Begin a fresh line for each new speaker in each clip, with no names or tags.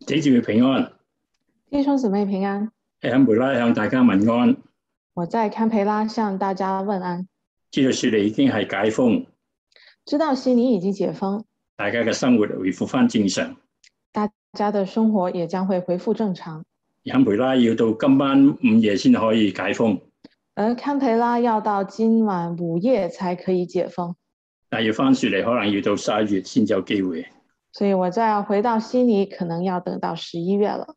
弟兄姊妹平安，
弟兄姊妹平安，
喺坎培拉向大家問安。
我在堪培拉向大家问安。
知道雪梨已經係解封，
知道悉尼已经解封，
大家嘅生活回復翻正常。
大家的生活也将会恢复正常。
而坎培拉要到今晚午夜先可以解封，
而堪培拉要到今晚午夜才可以解封，
但要翻雪梨可能要到十一月先有機會。
所以我再回到悉尼可能要等到十一月了。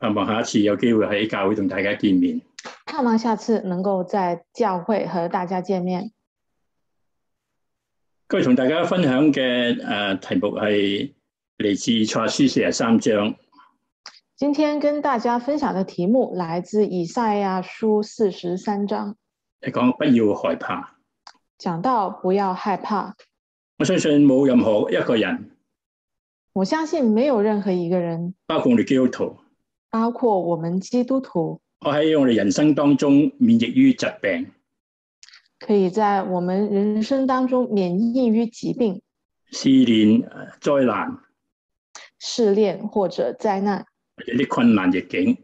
盼望下一次有機會喺教會同大家見面。
盼望下次能够在教会和大家见面。
今日同大家分享嘅誒、呃、題目係嚟自賽書四十三章。
今天跟大家分享的题目来自以赛亚书四十三章，
係講不要害怕。
讲到不要害怕。
我相信冇任何一個人，
我相信没有任何一个人，
包括我哋基督徒，
包括我们基督徒，
可喺我哋人生當中免疫於疾病。
可以在我们人生当中免疫于疾病、
试炼、呃災難
试炼或者灾难，
或者啲困難逆境，呢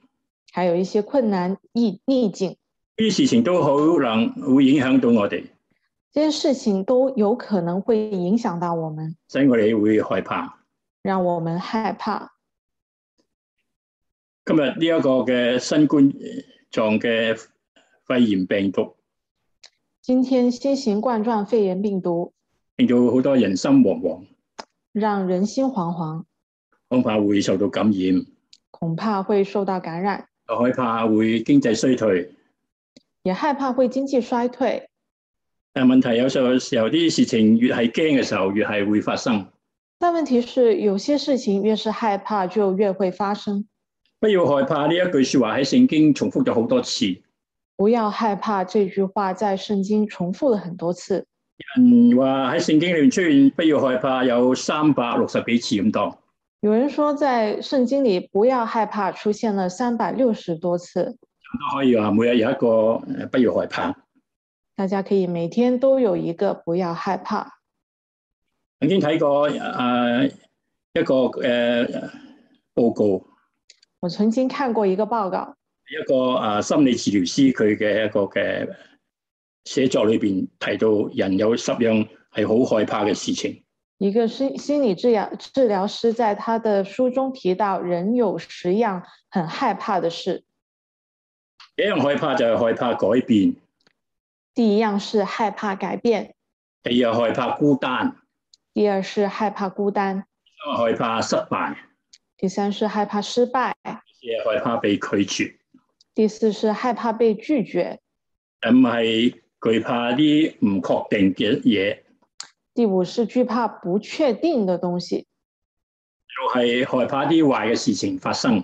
还有一些困难、逆逆境，
啲事情都可能會影響到我哋，
这些事情都有可能会影响到我们，
使我哋會害怕。
让我们害怕。
今日呢一個嘅新冠狀嘅肺炎病毒，
今天新型冠状肺炎病毒
令到好多人心惶惶，
让人心惶惶，
恐怕會受到感染，
恐怕会受到感染，
又害怕會經濟衰退。
也害怕会经濟衰退。
但問題有時候時候啲事情越係驚嘅時候，越係會發生。
但问题是，有些事情越是害怕，就越会发生。
不要害怕呢一句説話喺聖經重複咗好多次。
不要害怕这句话在圣经重复了很多次。
人嗯話喺聖經裏面出現不要害怕有三百六十幾次咁多。
有人说，在圣经里“不要害怕”出现了三百六十多次。
都可以話每日有一個誒不要害怕。
大家可以每天都有一个“不要害怕
曾經睇過誒、呃一個誒、呃、報告，”。
我曾经看过一个报告，
一個誒、呃心理治療師佢嘅一個嘅呃寫作裏邊提到人有十樣係好害怕嘅事情，
一个心心理治疗治疗师在他的书中提到，人有十样很害怕的事。
第一樣害怕就係害怕改變，
第一样是害怕改变，
第二樣害怕孤單，
第二是害怕孤单，
三係害怕失敗，
第三是害怕失败，
四係害怕被拒絕，
第四是害怕被拒绝，
第五呃係懼怕啲唔確定嘅嘢，
第五是惧怕不确定的东西，
又係害怕啲壞嘅事情發生，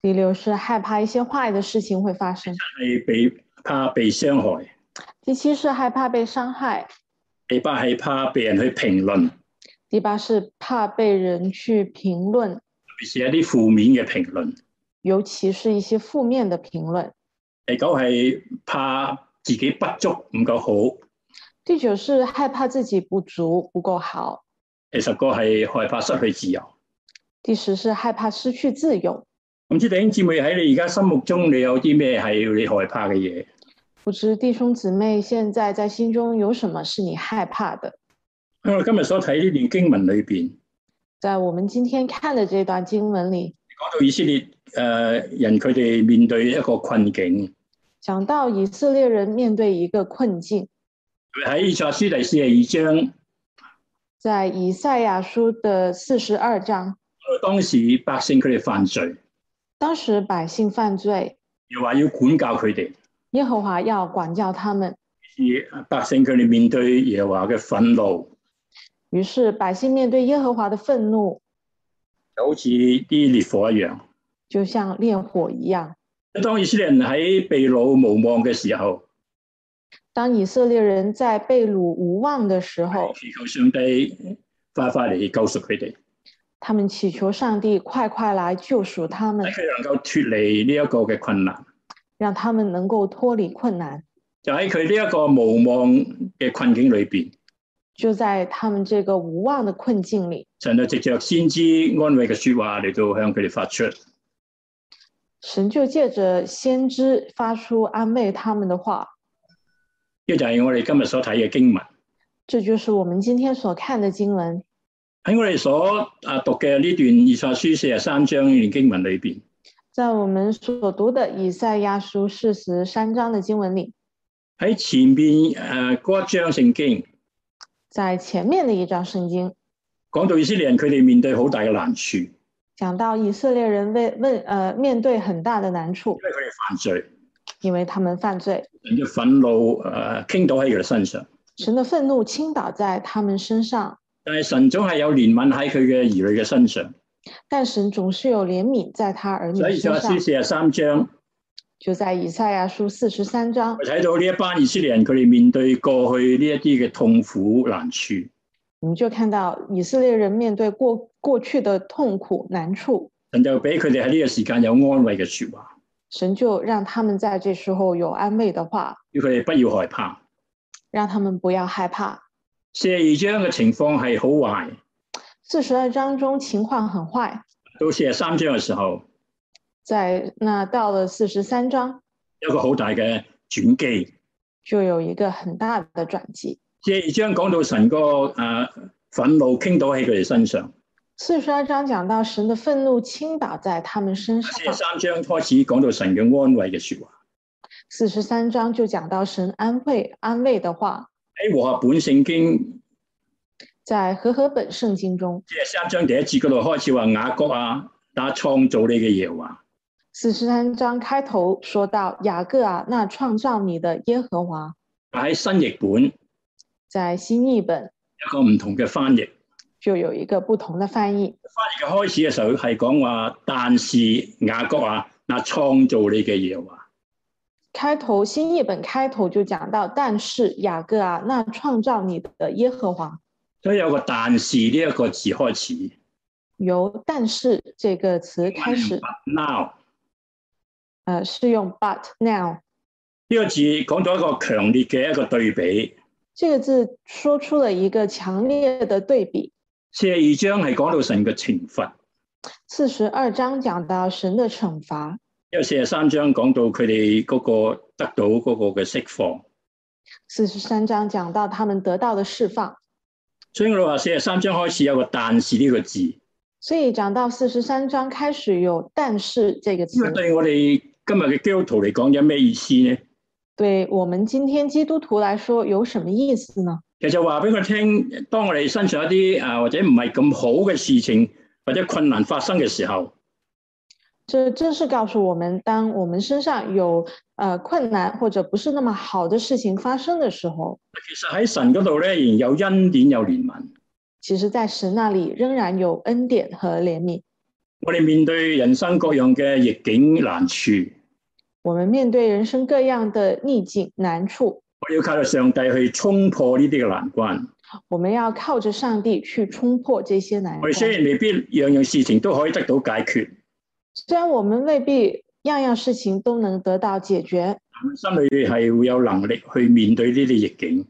第六是害怕一些坏的事情会发生，
係被怕被傷害。
第七是害怕被伤害，
第八係怕被人去評論，特
第八是怕被人去评论，
別是一啲負面嘅評論。
尤其是一些负面的评论。
第九係怕自己不足唔夠好。
第九是害怕自己不足不够好，
第十個係害怕失去自由。
第十是害怕失去自由。
唔知弟兄姊妹喺你而家心目中，你有啲咩係你害怕嘅嘢？
不知弟兄姊妹现在在心中有什么是你害怕的？
喺我今日所睇呢段經文裏邊，
在我们今天看的这段经文里，
講到以色列誒、呃人佢哋面對一個困境。
讲到以色列人面对一个困境。
佢喺以賽亞書第四十二章，
在以赛亚书的四十二章，
講到當時百姓佢哋犯罪，
当时百姓犯罪，
又話要管教佢哋，
耶和华要管教他们。
而百姓佢哋面對耶和華嘅憤怒。
于是百姓面对耶和华的愤怒，
就好似啲烈火一樣。
就像烈火一样。
當以色列人喺被擄無望嘅時候，
当以色列人在被掳无望的时候，
祈求上帝快快嚟救赎佢哋，
他们祈求上帝快快来救赎他们
使，佢哋能夠脱離呢一個嘅困難。
让他们能够脱离困难。
就喺佢呢一個無望嘅困境裏邊，
就在他们这个无望的困境里，
神就藉着先知安慰嘅説話嚟到向佢哋發出。
神就借着先知发出安慰他们的话，
呢就係我哋今日所睇嘅經文。
这就是我们今天所看的经文。
喺我哋所啊讀嘅呢段以賽書四十三章呢段經文裏邊，
在我们所读的以赛亚书四十三章的经文里，
喺前邊誒嗰一章聖經
在前面的一章圣经
講到以色列人佢哋面對好大嘅難處，因
讲到以色列人为问呃面对很大的难处，
為佢哋犯罪，
因为他们犯罪，
神嘅憤怒誒傾倒喺佢哋身上。
神的愤怒倾倒在他们身上，
但係神總係有憐憫喺佢嘅兒女嘅身上。
但神总是有怜悯在他儿女
所以以賽
身
亞書四
上。
十三章，
就在以赛亚书四十三章
我，睇到呢一班以色列人佢哋面對過去呢一啲嘅痛苦難處，
我们就看到以色列人面对过过去的痛苦难处，
神就俾佢哋喺呢個時間有安慰嘅説話，
神就让他们在这时候有安慰的话，
要佢哋不要害怕。
让他们不要害怕。
四十二章嘅情況係好壞，
四十二章中情况很坏，
到四十三章嘅時候
在那到了四十三章
有一個好大嘅轉機。
就有一个很大的转机。
四十二章講到神個誒憤怒傾倒喺佢哋身上，
四十二章讲到神的愤怒倾倒在他们身上
四，十三章開始講到神嘅安慰嘅説話。
四十三章就讲到神安慰安慰的话。
喺和合本聖經
在和合本圣经中，
四十三章第一節嗰度開始話雅各啊，那創造你嘅耶和華。
四十三章开头说到雅各啊，那创造你的耶和华，
但喺新譯本有
在新译本
個唔同嘅翻譯，
就有一个不同的翻译。
翻譯嘅開始嘅時候係講話，但是雅各啊，那創造你嘅耶和華。
开头新译本开头就讲到，但是雅各啊，那创造你的耶和华
所以有個但是呢一個字開始
由“但是”这个词开始，
，now
呃，是用 “but now”
呢個字講到一個強烈嘅一個對比。
这个字，说出了一个強烈的对比。
四十二章係講到神嘅懲罰，
四十二章讲到神的惩罚，
因為四十三章講到佢哋嗰個得到嗰個嘅釋放。
四十三章讲到他们得到的释放，
所以我哋話四十三章開始有個但是呢個字，呢、
所以讲到四十三章开始有“但是”这个词
個。對我哋今日嘅基督徒嚟講有咩意思呢？
对我们今天基督徒来说有什么意思呢？
其實話俾佢聽，當我哋身上一啲啊或者唔係咁好嘅事情或者困難發生嘅時候，
这正是告诉我们，当我们身上有呃困难或者不是那么好的事情发生的时候，
其實喺神嗰度咧仍然有恩典有憐憫。
其实，在神那里仍然有恩典和怜悯。
我哋面對人生各樣嘅逆境難處，
我们面对人生各样的逆境难处，
我哋要靠着上帝去衝破呢啲嘅難關。
我们要靠着上帝去衝破这些难
我
关。
哋雖
虽
然未必樣樣事情都可以得到解決，
然我们未必样样事情都能得到解决，
但心裏係會有能力去面對呢啲逆境。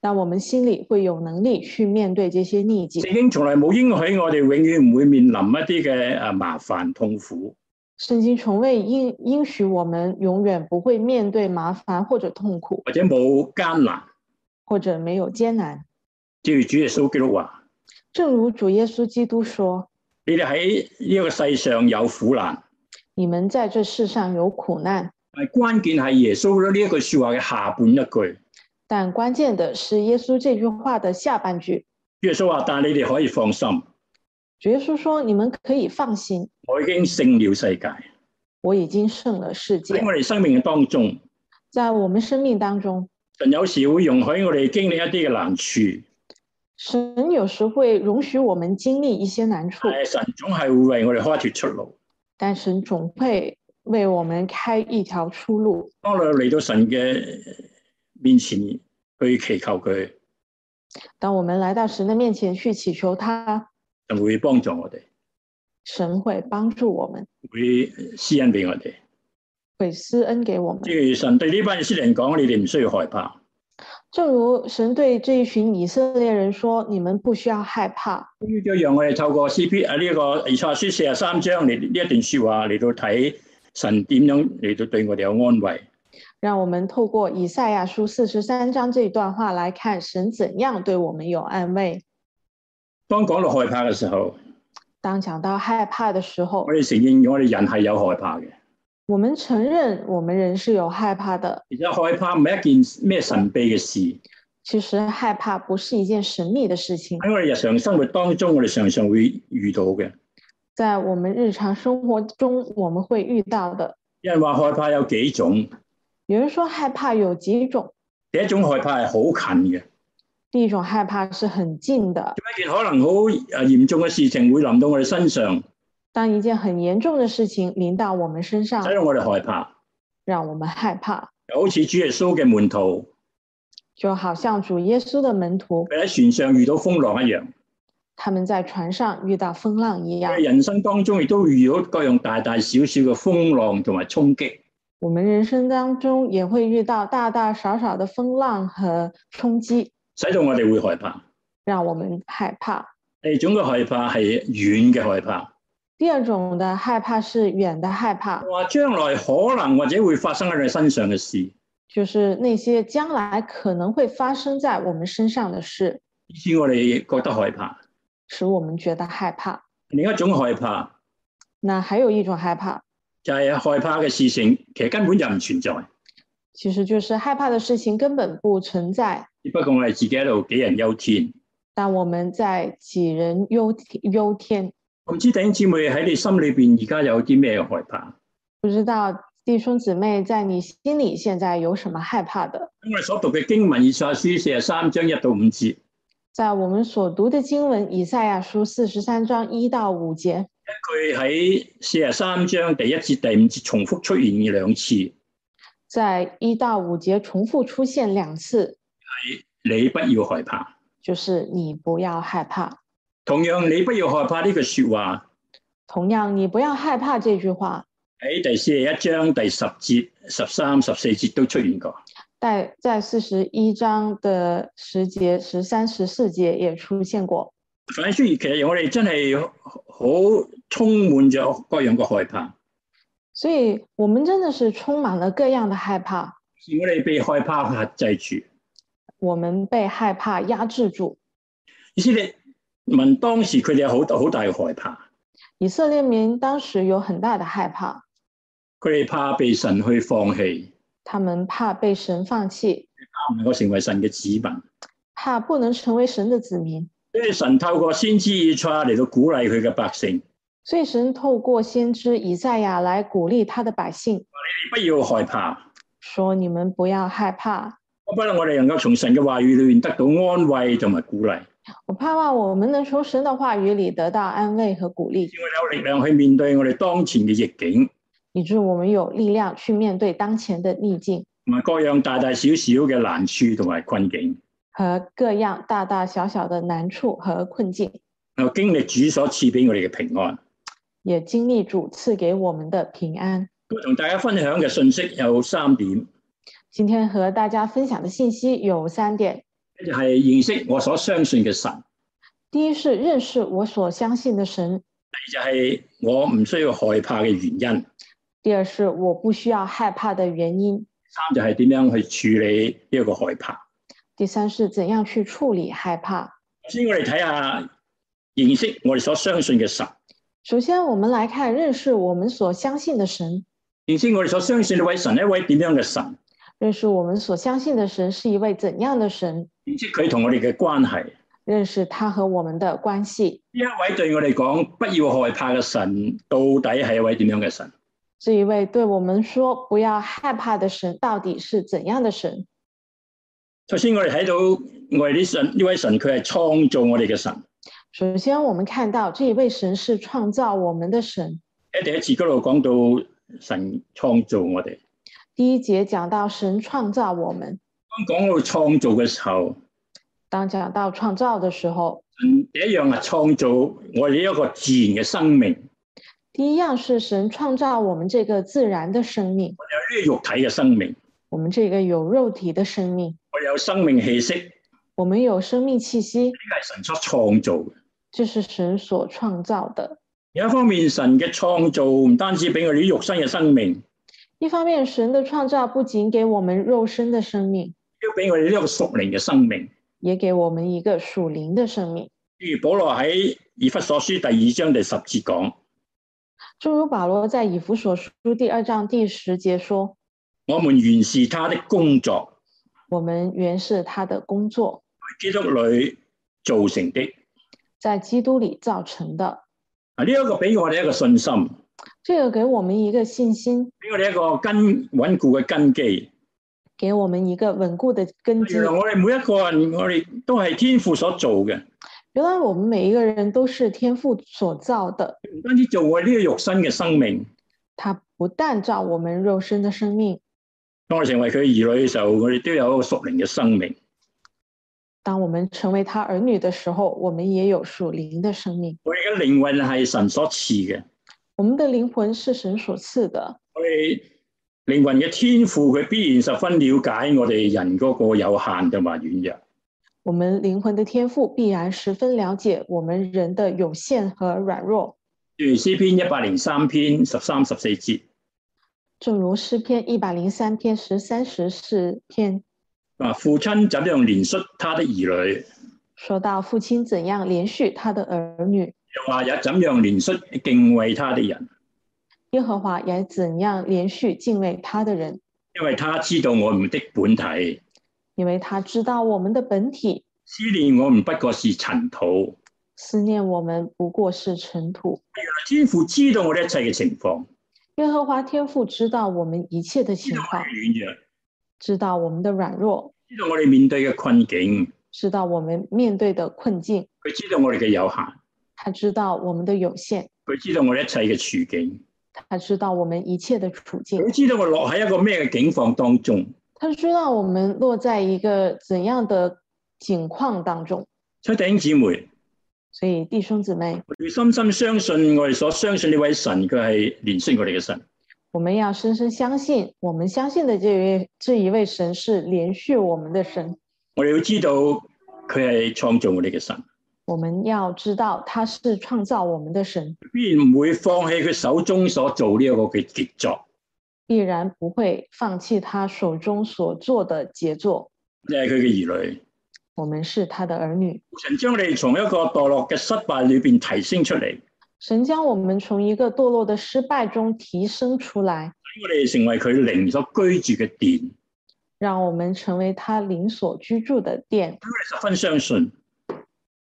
但我们心里会有能力去面对这些逆境。
聖經從來冇應許我哋永遠唔會面臨一啲嘅啊麻煩痛苦。
圣经从未应应许我们永远不会面对麻烦或者痛苦，
或者冇艱難。
或者没有艰难。
正如主耶穌基督話：
正如主耶稣基督说
你哋喺呢個世上有苦難，：“
你们在这世上有苦难。
但係關鍵係耶穌呢一句説話嘅下半一句。”
但关键的是耶稣这句话的下半句。
主耶穌話：但係你哋可以放心，
主耶稣说：“你们可以放心，
我已經勝了世界。
我已经胜了世界
喺。我哋生命嘅當中，”
在我们生命当中，
神有時會容許我哋經歷一啲嘅難處，
神有时会容许我们经歷一些难处
但，係神總係會為我哋開脱出路。
但神总会为我们开一条出路。
當我哋嚟到神嘅面前去祈求佢，
当我们来到神的面前去祈求他，
神會幫助我哋，
神会帮助我们，
會施恩俾我哋。
会施恩给我们。
正如神對呢班以色列人講：你哋唔需要害怕，
正如神对这一群以色列人说：“你们不需要害怕。
呢一樣我哋透過 C P 啊呢一個以賽亞書四十三章嚟呢一段説話嚟到睇神點樣嚟到對我哋有安慰。”
让我们透过以赛亚书四十三章这一段话来看神怎样对我们有安慰。
當講到害怕嘅時候，
当讲到害怕的时候
我，哋承認我哋人係有害怕嘅，
我们承认我们人是有害怕的。
而且害怕唔係一件咩神秘嘅事。喺
其实害怕不是一件神秘的事情，
我哋日常生活當中，我哋常常會遇到嘅。
在我们日常生活中我们会遇到的。
有人話害怕有幾種，
有人说害怕有几种，
第一種害怕係好近嘅，
第一种害怕是很近的，
一件可能好誒嚴重嘅事情會臨到我哋身上，
当一件很严重的事情临到我们身上
使，到我哋害怕。
让我们害怕，
就好似主耶穌嘅門徒，
就好像主耶稣的门徒
佢喺船上遇到風浪一樣。
他们在船上遇到风浪一样
我哋。人生當中亦都遇到各樣大大小小嘅風浪同埋衝擊。
我们人生当中也会遇到大大小小的风浪和冲击，
使到我哋會害怕。
让我们害怕。
第二種嘅害怕係遠嘅害怕，
第二种的害怕是远的害怕，
話將來可能或者會發生喺你身上嘅事，
就是那些将来可能会发生在我们身上的事，
以致我哋覺得害怕。
使我们觉得害怕。
另一種害怕
那还有一种害怕，
就係害怕嘅事情，其實根本就唔存在，
其实就是害怕的事情根本不存在，
只不過我哋自己喺度杞人憂天。
但我们在杞人忧天忧天。
我唔知弟兄姊妹喺你心裏邊而家有啲咩害怕？
不知道弟兄姊妹在你心里现在有什么害怕的？
我哋所讀嘅經文以賽亞書四十三章一到五節，
在我们所读的经文《以赛亚书》四十三章一到五节，
佢喺四十三章第一節、第五節重複出現兩次。
在一到五节重复出现两次，
你不要害怕。
就是你不要害怕。
同樣，你不要害怕呢句説話
同样，你不要害怕这句话，
喺第四十一章第十節、十三、十四節都出現過。
在在四十一章的十节、十三、十四节也出现过。
反正其實我哋真係好充滿咗各樣嘅害怕，
所以，我们真的是充满了各样的害怕，
而我哋被害怕壓制住。
我们被害怕压制住。
以色列民當時佢哋有好好大嘅害怕，
以色列民当时有很大的害怕，
佢哋怕被神去放棄，
他们怕被神放弃，
怕唔能夠成為神嘅子民。
怕不能成为神的子民。
所以神透過先知以賽亞嚟到鼓勵佢嘅百姓：你
所以神透过先知以赛亚来鼓励他的百姓，
不要害怕。
说：“你们不要害怕。
我不能我哋能夠從神嘅話語裏面得到安慰同埋鼓勵。
我盼望我们能从神的话语里得到安慰和鼓励，
我哋有力量去面對我哋當前嘅逆境，
以致我们有力量去面对当前的逆境
同埋各樣大大小小嘅難處同埋困境，
和各样大大小小的难处和困境，
又經歷主所賜俾我哋嘅平安。
也经历主赐给我们的平安。
我同大家分享嘅信息有三點，
今天和大家分享的信息有三点：
一就係認識我所相信嘅神；
第一是认识我所相信的神；
第二就係我唔需要害怕嘅原因；三
第二是我不需要害怕的原因；
就係點樣去處理呢一個害怕。
第三是怎样去处理害怕。
首先我哋睇下認識我哋所相信嘅神，
首先，我们来看认识我们所相信的神。
認識我哋所相信呢位神係一位點樣嘅神，
认识我们所相信的神是一位怎样的神？
認識佢同我哋嘅關係。
认识他和我们的关系。
呢一位對我哋講不要害怕嘅神，到底係一位點樣嘅神？
这一位对我们说“不要害怕”的神到底是怎样的神？
首先我哋睇到我哋呢神呢位神，佢係創造我哋嘅神。
首先，我们看到这一位神是创造我们的神。
喺第一次嗰度講到神創造我哋。
第一节讲到神创造我们，
當講到創造嘅時候，
当讲到创造的时候，
神第一樣係創啊造我哋一個自然嘅生命，
第一样是神创造我们这个自然的生命，
我哋有呢個肉體嘅生命，
我们这个有肉体的生命，
我哋有生命氣息，呢
我们有生命气息，
個係神所創造嘅。
这是神所创造的。
有一方面，神嘅創造唔單止俾我哋啲肉身嘅生命，
一方面，神的创造不仅给我们肉身的生命，
都俾我哋呢個屬靈嘅生命。
也给我们一个属灵的生命。
譬如保羅喺以弗所書第二章第十節講：
诸如保罗在以弗所书第二章第十节说
我們原是他的工作，：“
我们原是他的工作，
基督裏造成的。
在基督里造成的。
啊，呢、一個俾我哋一個信心，”
这个给我们一个信心，
俾我哋一個根穩固嘅根基。
给我们一个稳固的根基
原。來我哋每一個人，我哋都係天父所做嘅，
原来我们每一个人都是天父所造的，
唔單止做我哋呢個肉身嘅生命。
他不但造我们肉身的生命，
當我哋成為佢嘅兒女嘅時候，我哋都有一個屬靈嘅生命。
当我们成为他儿女的时候，我们也有属灵的生命。
我哋嘅靈魂係神所賜嘅，
我们的灵魂是神所赐的，
我哋靈魂嘅天父佢必然十分了解我哋人嗰個有限同埋軟弱。
我们灵魂的天赋必然十分了解我们人的有限和软弱。
譬如詩篇一百零三篇十三十四節，
正如诗篇一百零三篇十三十四篇
啊，父親怎樣憐恤他的兒女，
说到，父亲怎样连续他的儿女，
又話也怎樣憐恤敬畏他的人，
耶和华也怎样连续敬畏他的人，
因為他知道我們的本體，
因为他知道我们的本体，
思念我們不過是塵土。
思念我们不过是尘土。
天父知道我哋一切嘅情況，
耶和华天父知道我们一切的
知
情
道我哋
况，
軟弱，
知道我们的软弱，
知道我哋面對嘅困境，
知道我们面对的困境，
佢知道我哋嘅有限，
他知道我们的有限，
佢知道我哋一切嘅處境。
他知道我们一切的处境，
佢知道我落喺一個咩嘅境況當中，
他知道我们落在一个怎样的境况当中。
所以弟兄姊妹，
所以弟兄姊妹，
我哋深深相信我哋所相信呢位神，佢係憐恤我哋嘅神，
我们要深深相信，我们相信的这位这一位神是连续我们的神。
我哋要知道佢係創造我哋嘅神，
我们要知道他是创造我们的神，
必然唔會放棄佢手中所做呢一個嘅傑作，
必然不会放弃他手中所做的杰作。
你係佢嘅兒女。
我们是他的儿女，
神將我哋從一個墮落嘅失敗裏邊提升出嚟，使
神将我们从一个堕落的失败中提升出来，
我哋成為佢靈所居住嘅殿。
让我们成为他灵所居住的殿，
我哋十分相信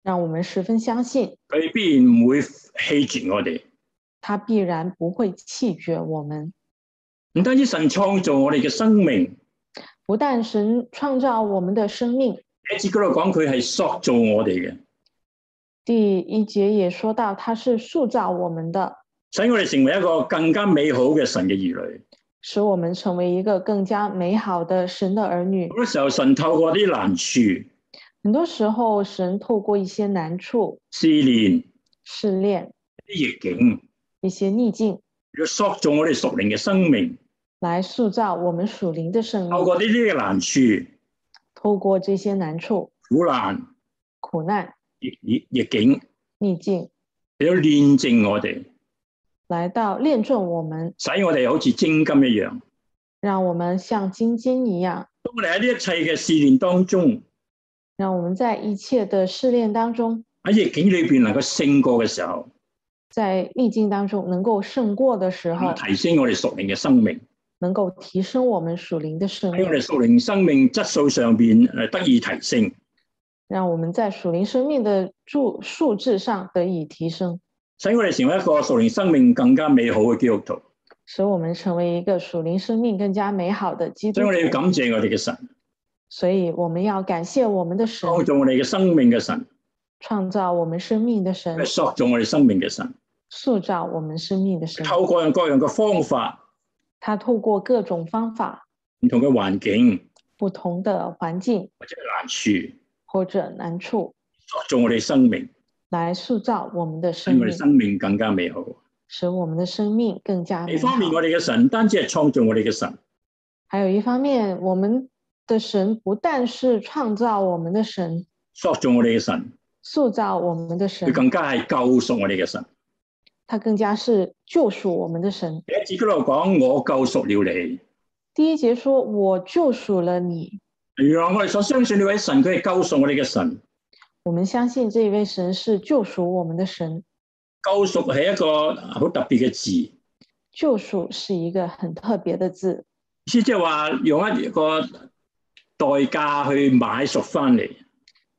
让我们十分相信
佢必然唔會棄絕我哋。
他必然不会弃绝我们。
唔單止神創造我哋嘅生命，
不但神创造我们的生命，
喺節嗰度講佢係塑造我哋嘅。
第一节也说到他是塑造我们的，
使我哋成為一個更加美好嘅神嘅兒女。
使我们成为一个更加美好的神的儿女
好。多時候，神透過啲難處、
很多时候，神透过一些难处、
試煉、
试炼、
啲逆境，
一些逆境，
要塑造我哋屬靈嘅生命。
来塑造我们属灵的生
透
命。
過呢啲嘅難處、
透过这些难处、
苦難、
苦难、
逆逆逆境，
逆境，
你都煉證我哋，
来到炼证我们，
使我哋好似精金一樣。
让我们像金金一样，
當我哋喺呢一切嘅試煉當中，
让我们在一切的试炼当中，
喺逆境裏邊能夠勝過嘅時候，
在逆境当中能够胜过的时候，
提升我哋屬靈嘅生命，
能够提升我们属灵的生
喺
命
我，哋屬靈生命質素上邊誒得以提升。
让我们在属灵生命的数数质上得以提升，
使我哋成為一個屬靈生命更加美好嘅基督徒，
使我们成为一个属灵生命更加美好的基督
所以我哋要
徒。
感謝我哋嘅神。
所以我们要感谢我们的神，
創造我哋嘅生命嘅神，
创造我们生命的神
佢，塑造我哋生命嘅神，
塑造我们生命的神。
透過各樣嘅方法、
他透过各种方法、
唔同嘅環境
不同的环境
或者難處，
或者难处，
塑造我哋生命，
来塑造我们的
使
生
我哋
命，
生命更加美好。
使我们的生命更加
呢
美好
方。面，我哋嘅神唔單止係創造我哋嘅神，
还有一方面，我们的神不但是创造我们的神，
塑造我哋嘅神，
塑造我们的神
佢，更加係救贖我哋嘅神。
他更加是救赎我们的神。
第一節嗰度講：我救贖了你。
第一节说：“我救赎了你。
原來我哋所相信呢位神，佢係救贖我哋嘅神。”
我们相信这一位神是救赎我们的神。
救贖係一個好特別嘅字，意
救赎是一个很特别的字，
思即係話用一個代價去買贖翻嚟。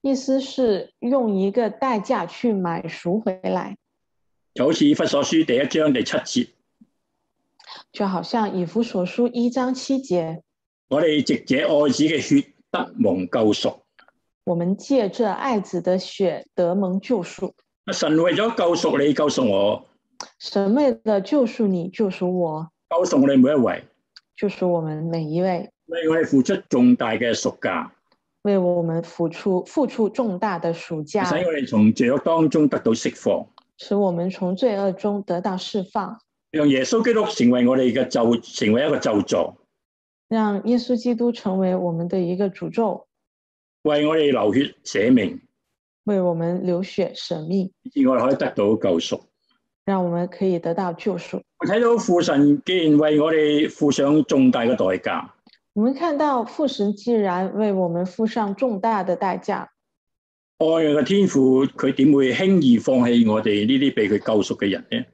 意思是用一个代价去买赎回来，
就好似以弗所書第一章第七節，
就好像以弗所书一章七节，
我哋藉這愛子嘅血得蒙救贖。
我们借这爱子的血得蒙救赎。
啊神為咗救贖你，救贖我，
神为了救赎你，救赎我，
救贖我哋每一位，
救赎我们每一位，
為我哋付出重大嘅贖價，
为我们付出付出重大的赎价，
使我哋從罪惡當中得到釋放，
使我们从罪恶中得到释放，
讓耶穌基督成為我哋嘅咒，成為一個咒助，
让耶稣基督成为我们的一个诅咒，
為我哋流血捨命，
为我们流血舍命，
以致我哋可以得到救贖。
让我们可以得到救赎。
我睇到父神既然為我哋付上重大嘅代價，
我们看到父神既然为我们付上重大的代價，
愛我嘅天父佢點會輕易放棄我哋呢啲被佢救贖嘅人呢？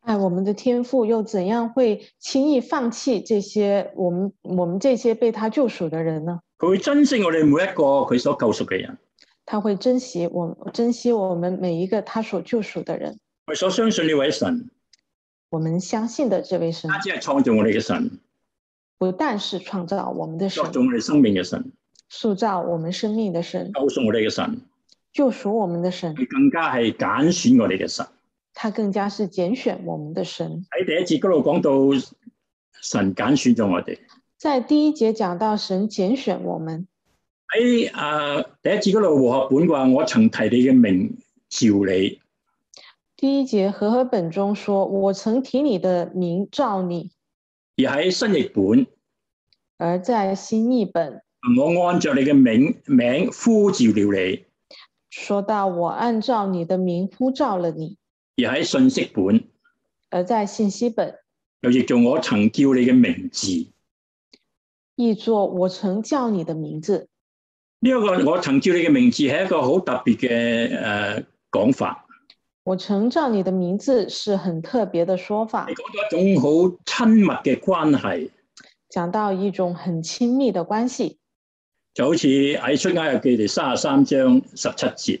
爱我们的天父又怎样会轻易放弃这些我们我们这些被他救赎的人呢？
佢會珍惜我哋每一個佢所救贖嘅人，
他会珍惜我们，珍惜我们每一个他所救赎的人。
我哋所相信呢位神，
我们相信的这位神，
他只係創造我哋嘅神，
不但是创造我们的神
作，造我哋生命嘅神，
塑造我们生命的神，
救贖我哋嘅神，
救赎我们的神，
佢更加係揀選我哋嘅神。
他更加是拣选我们的神。
喺第一節嗰度講到神揀選咗我哋，
在第一节讲到神拣选我们，
喺啊第一節嗰度和合本話：我曾提你嘅名召你，
第一节和合本中说：“我曾提你的名召你。
而喺新譯本。”
而在新译本
我按着你嘅名名呼召了
说到：“我按照你的名呼召了你。
你，而喺信息本”
而在信息本
又譯做我曾叫你嘅名字。呢、
译作：“我曾叫你的名字。”
一個我曾叫你嘅名字係一個好特別嘅誒講法，
我曾叫你的名字是很特别的说法
係，講到一種好親密嘅關係，
讲到一种很亲密的关系，
就好似喺出埃及記第三十三章十七節，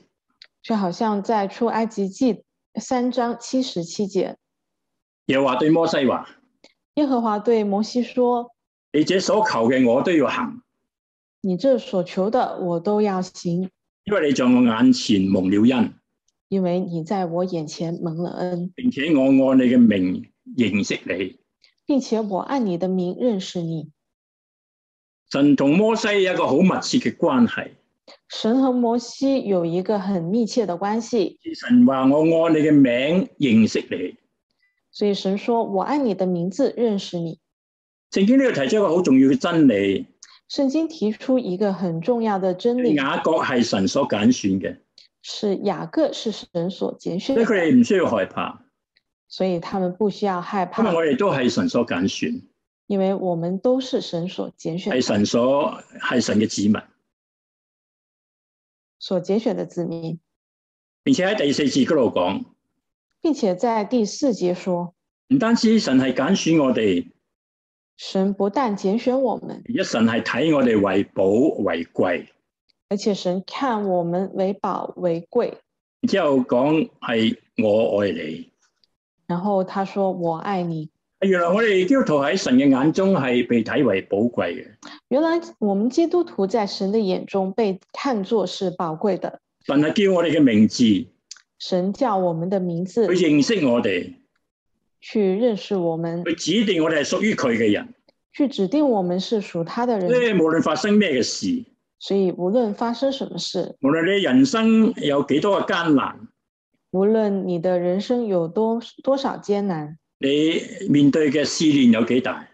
就好像在出埃及记三章七十七节，
又話對摩西話：
耶和華对摩西说
你這所求嘅我都要行，：“
你这所求的，我都要行，
因為你在我眼前蒙了恩，
因为你在我眼前蒙了恩，
並且我按你嘅名認識你。
并且我按你的名认识你。
神同摩西有一個好密切嘅關係。
神和摩西有一个很密切的关系，
神話我按你嘅名認識你。
所以神说：‘我按你的名字认识你。’
聖經呢度提出一個好重要嘅真理：
圣经提出一个很重要的真理，
雅各係神所揀選嘅，
是雅各是神所拣选
所以
的，
佢哋唔需要害怕，
所以他们不需要害
因為
怕，
我哋都係神所揀選，
因为我们都是神所拣选
係神所係神嘅子民。
所拣选的子民，
並且喺第四節嗰度講，
并且在第四节说，
唔單止神係揀選我哋，
神不但拣选我们，
而一神係睇我哋為寶為貴。
而且神看我们为宝为贵。
然之後講係我愛你。
然后他说：“我爱你。
原來我哋基督徒喺神嘅眼中係被睇為寶貴嘅。”
原来我们基督徒在神的眼中被看作是宝贵的。
神係叫我哋嘅名字，佢
神叫我们的名字
認識我哋。
去认识我们，
佢指定我哋係屬於佢嘅人，
去指定我们是属他的
即
人。
係無論發生咩嘅事，
所以无论发生什么事，
無論你人生有幾多嘅艱難，
无论你的人生有多多少艰難，
你面對嘅試煉有幾大，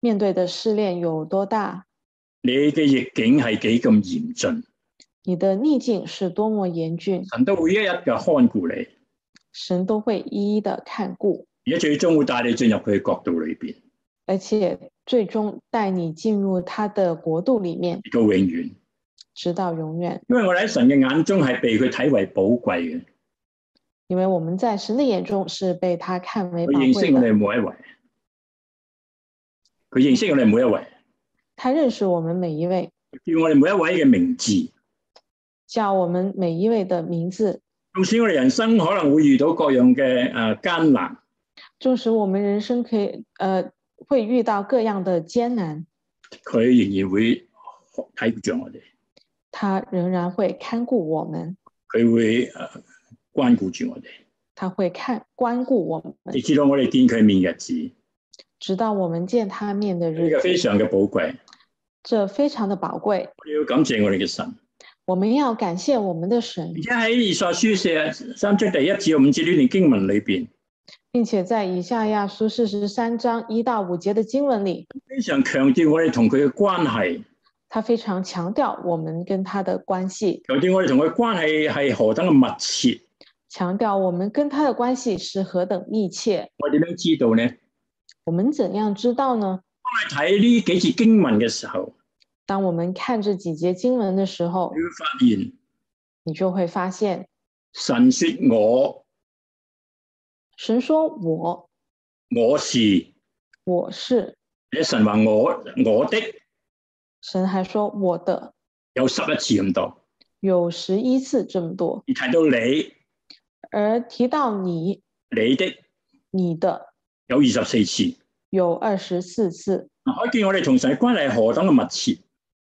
面对的试炼有多大，
你嘅逆境係幾咁嚴峻，
你的逆境是多么严峻，
神都會一一嘅看顧你，
神都会一一的看顾，
而且最終會帶你進入佢嘅國度裏邊，
而且最终带你进入他的国度里面，
亦都永遠。
直到永远。
因為我哋喺神嘅眼中係被佢睇為寶貴嘅，
因为我们在神的眼中是被他看为
佢
宝
認
贵
識我
的，
哋每一位，佢認識我哋每一位，
他认识我们每一位，
叫我哋每一位嘅名字。
叫我们每一位的名字。
縱使我哋人生可能會遇到各樣嘅誒艱難，
纵使我们人生可以呃会遇到各样的艰难，
佢仍然會睇顧住我哋，
他仍然会看顾我们，
佢會誒、呃、關顧住我哋，
他会看关顾我
直
们，
至到我哋見佢面日子，
直到我们见他面的
呢
日
個
子。
非常嘅寶貴。
这非常的宝贵，
我哋要感謝我哋嘅神。
我们要感谢我们的神
而，且喺以賽書四十三章第一至五節呢段經文裏邊，
并且在以下亚书四十三章一到五节的经文里，
非常強調我哋同佢嘅關係，
他非常强调我们跟他的关系，
強調我哋同佢關係係何等嘅密切。
强调我们跟他的关系是何等密切。
我點樣知道呢？
我们怎样知道呢？
當你睇呢幾節經文嘅時候，
当我们看这几节经文的时候
你，會發現
你就会发现，
神說我
神说我，
我是，
我是，
或者神話我我的
神还说我的，
有十一次咁多，
有十一次这么多。
而提到你
而提到你，
你的
你的
有二十四次。
有二十四次，
嗱，可見我哋同神嘅關係係何等嘅密切，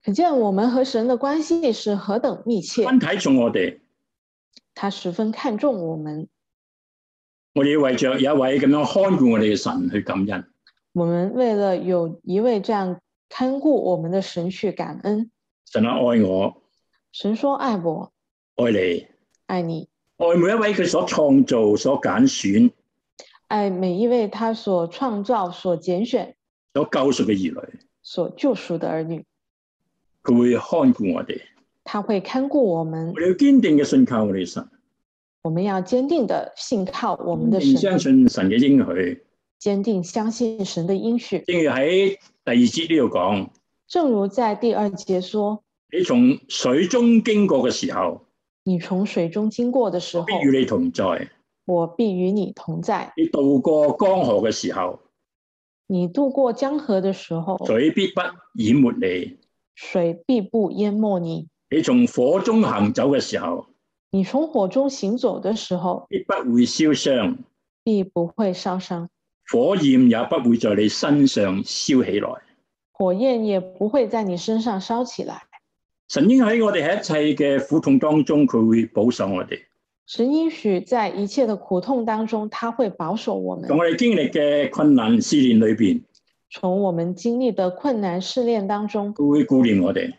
可见我们和神的关系是何等密切。
身體重我哋，
他十分看重我们，
我哋要為着有一位咁樣看顧我哋嘅神去感恩。
我们为了有一位这样看顾我们的神去感恩。
神啊，愛我，
神说爱我，
愛你，
爱你，
愛每一位佢所創造、所揀選、
爱每一位他所创造、所拣选、
所救贖嘅兒女，
所救赎的儿女。
佢會看顧我哋。
他会看顾我们
我，哋要堅定嘅信靠我哋嘅神，
我们要坚定的信靠我们
堅
的
定相
神，
信神嘅應許。
坚定相信神的应许。
正如喺第二節呢度講，
正如在第二节说：“
你從水中經過嘅時
哦
候，
你從水中经过的时候
必，與你同在；
我必与你同在；
你渡過江河嘅時候，
你渡过江河的时候，
水必不淹沒你；
水必不淹没你；
你從火中行走嘅時候，
你从火中行走的时候，
必不會燒傷；
必不会烧伤，
火焰也不會在你身上燒起來。
火焰也不会在你身上烧起来。”
神應喺我哋喺一切嘅苦痛當中，佢會保守我哋。
神应许在一切的苦痛当中，他会保守我们
同。我哋經歷嘅困難試煉裏邊，
从我们经历的困難试炼当中，
佢會顧念我哋，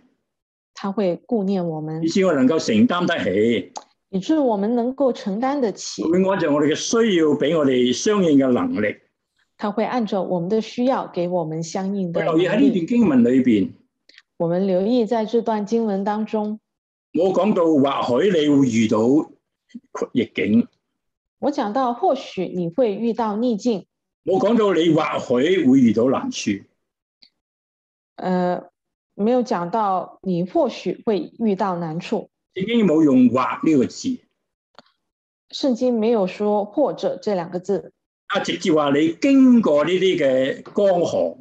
他会顾念我们
以，至我能夠承擔得起。
以致我们能够承担得起
佢。會按照我哋嘅需要，俾我哋相應嘅能力。
他会按照我们的需要给我们相应
我
的
留意喺
能
呢
力。
段經文裏邊，
我们留意在这段经文当中，
我講到或許你會遇到逆境，
我讲到，或许你会遇到逆境，
我講到你或許會遇到難處。
呃，没有讲到你或許會遇到難處。
聖經冇用或呢個字，
聖經沒有说“或者”这两个字，
啊直接話你經過呢啲嘅江河，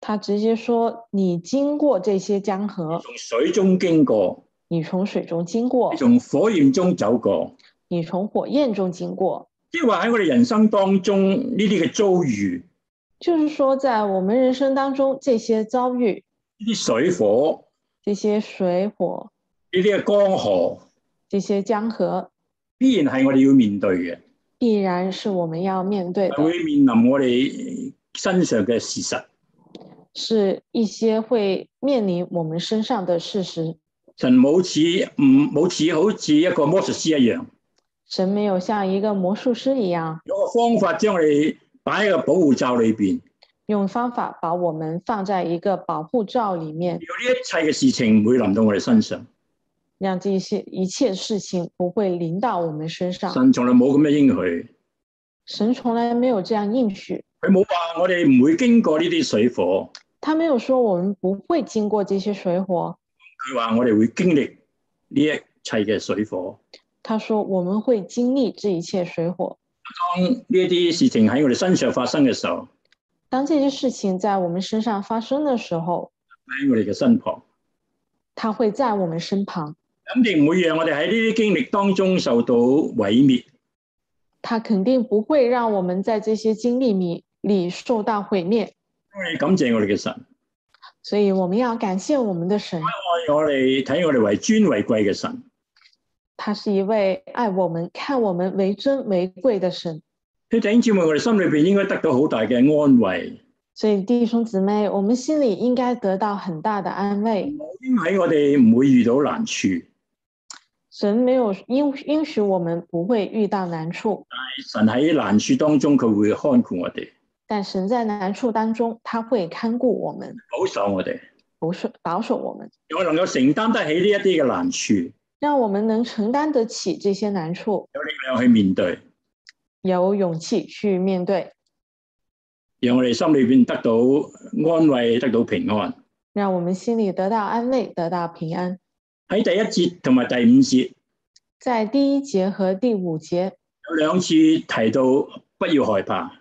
他直接说你经过这些江河，
從水中經過，
你从水中经过
你，從火焰中走過。
你从火焰中经过。
即係話喺我哋人生當中呢啲嘅遭遇，
就是说，在我们人生当中，这些遭遇、
呢啲水火，
这些水火、
呢啲嘅江河，
这些江河，
必然係我哋要面對嘅，
必然是我们要面对的
係，會面臨我哋身上嘅事實。
是一些会面临我们身上的事实。
神冇似唔冇似好似一個魔術師一樣，
神没有像一个魔术师一样，
有個方法將我哋擺喺個保護罩裏邊，
用方法把我们放在一个保护罩里面，
呢一切嘅事情唔會臨到我哋身上，
让这些一切事情不会临到我们身上。
神從來冇咁嘅應許。
神从来没有这样应许，
佢冇話我哋唔會經過呢啲水火，
他没有说我们不会经过这些水火，
佢話我哋會經歷呢一切嘅水火。
他说我们会经历这一切水火。
當呢一啲事情喺我哋身上發生嘅時候，
当这些事情在我们身上发生的时候，
喺我哋嘅身旁，
他会在我们身旁，
肯定唔會讓我哋喺呢啲經歷當中受到毀滅。
他肯定不会让我们在这些经历里里受到毁灭。
我哋感謝我哋嘅神，
所以我们要感谢我们的神，
愛我哋睇我哋為尊為貴嘅神。
他是一位爱我们、看我们为尊为贵的神。
啲弟兄姊妹，我哋心裏邊應該得到好大嘅安慰。
所以弟兄姊妹，我们心里应该得到很大的安慰。
應喺我哋唔會遇到難處，
神没有应应许我们不会遇到难处，
神喺難處當中佢會看顧我哋，
但神在难处当中，他会看顾我们，
保守我哋。
保守保守我们，
我能夠承擔得起呢一啲嘅難處，
让我们能承担得起这些难处，
有力量去面對，
有勇气去面对。
讓我哋心裏邊得到安慰，得到平安。
让我们心里得到安慰，得到平安。
喺第一節同埋第五節
在第一节和第五节
有兩次提到不要害怕。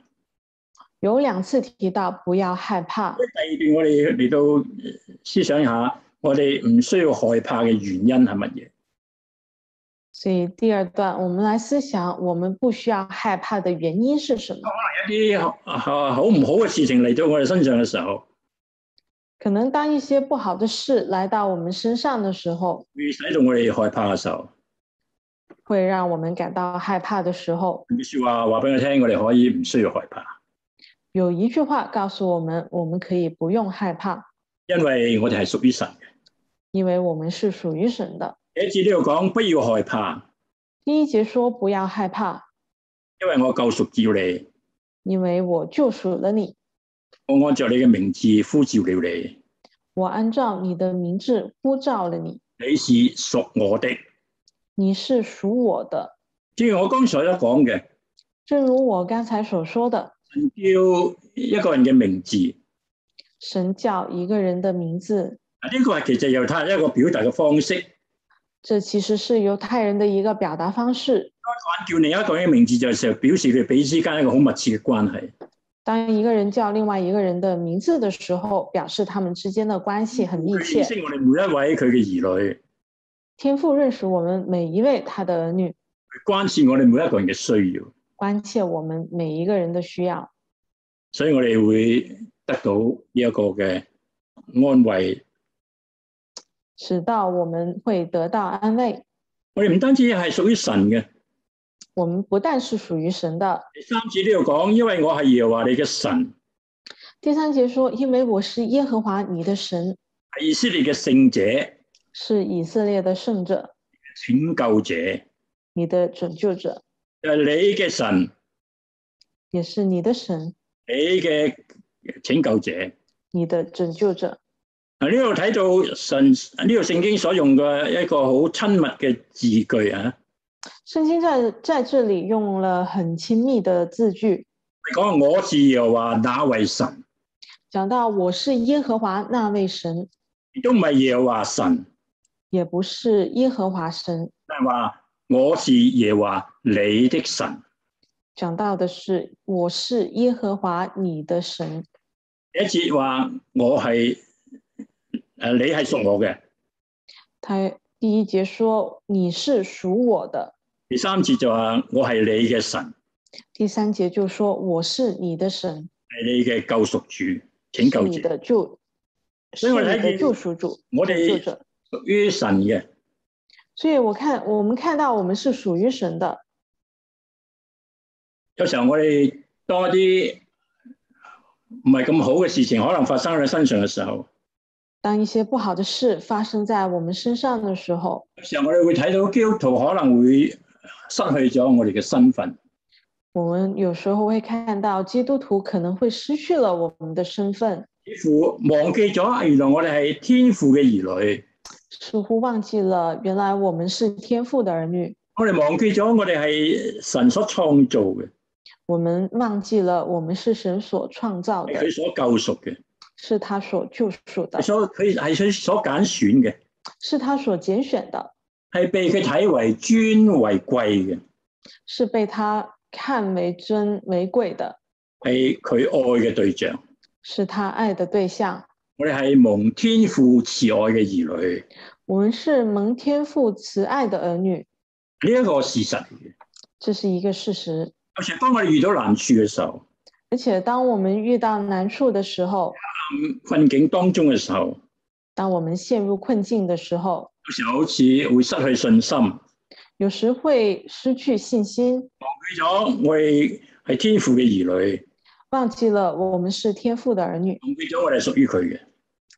有两次提到不要害怕。
喺第二段我哋嚟到呃思想一下，我哋唔需要害怕嘅原因係乜嘢？
所以第二段，我们来思想我们不需要害怕的原因是什么？
一啲啊好唔好嘅事情嚟到我哋身上嘅時候，
可能当一些不好的事来到我们身上的时候，
會使到我哋害怕嘅時候。
会让我们感到害怕的时候，
句说話話俾我聽，我哋可以唔需要害怕，
有一句话告诉我们，我们可以不用害怕，
因為我哋係屬於神嘅。
因为我们是属于神的。
第一次呢度講不要害怕，
第一节说不要害怕，
因為我救贖叫你，
因为我救赎了你，
我按照你嘅名字呼召了你，
我按照你的名字呼召了你。
你是屬我的。
你是属我的。
正如我剛才所講嘅，
正如我刚才所说的，
神叫一個人嘅名字，
神叫一个人的名字，
嗱啊呢個係其實猶太人一個表達嘅方式。
这其实是犹太人的一个表达方式。
叫另一個人嘅名字就係表示佢彼此之間一個好密切嘅關係。
当一个人叫另外一个人的名字的时候，表示他们之间的关系很密
佢認
切。
識我哋每一位佢嘅兒女，
天父认识我们每一位他的儿女，
佢關切我哋每一個人嘅需要，
关切我们每一个人的需要，
所以我哋會得到呢一個嘅安慰。
使到我们会得到安慰。
我哋唔單止係屬於神嘅。
我们不但是属于神的。
第三節呢度講，因為我係耶和華你嘅神，
第三节说：“因为我是耶和华你的神，
係以色列嘅聖者、
是以色列的圣者，
拯救者，
你的拯救者。”
就係你嘅神，
也是你的神，
你嘅拯救者。
你的拯救者。
嗱，呢度睇到神呢度聖經所用嘅一個好親密嘅字句啊，
圣经在在这里用了很亲密的字句，
佢講我是耶和華那位神，
讲到我是耶和华那位神，
亦都唔係耶和華神。
也不是耶和华神，
就係話我是耶和華你的神。
讲到的是我是耶和华你的神。
第一節話我係诶，你係屬我嘅。
他第一节说你是属我的，
第三節就話我係你嘅神，
第三节就说我是你的神，
係你嘅救贖主、拯
是
救
你
者。
的救，
所
是
以我
你
来
的
解
救赎主，
我
拯救
哋
者。
屬於神嘅，
所以我看我们看到我们是属于神的，
有時候我哋多啲唔係咁好嘅事情可能發生喺你身上嘅時候，
当一些不好的事发生在我们身上的时候，
有時候我哋會睇到基督徒可能會失去咗我哋嘅身份，
我们有时候会看到基督徒可能会失去了我们的身份，
似乎忘記咗啊原來我哋係天父嘅兒女，
似乎忘记了原来我們是天父的兒女，
我哋忘記咗我哋係神所創造嘅，
我們忘记了我們是神所创造
係
的，
佢所救贖嘅，
是他所救赎的
係，所佢係佢所揀選嘅，
是他所拣选的，
係被佢睇為尊為貴嘅，
是被他看为尊为贵的，
係佢愛嘅對象。
是他爱的对象。
我哋係蒙天父慈愛嘅兒女，呢、
我们是蒙天父慈愛的兒女，
一個事實嚟嘅。
这是一个事實。
有時當我哋遇到難處嘅時候，
而且当我們遇到难处的时候，
嗯困境當中嘅時候，
当我們陷入困境的时候，
有時好似會失去信心，忘
有时會失去信心，
記咗我哋係天父嘅兒女，
忘记了我們是天父的兒女，
忘記咗我哋係屬於佢嘅。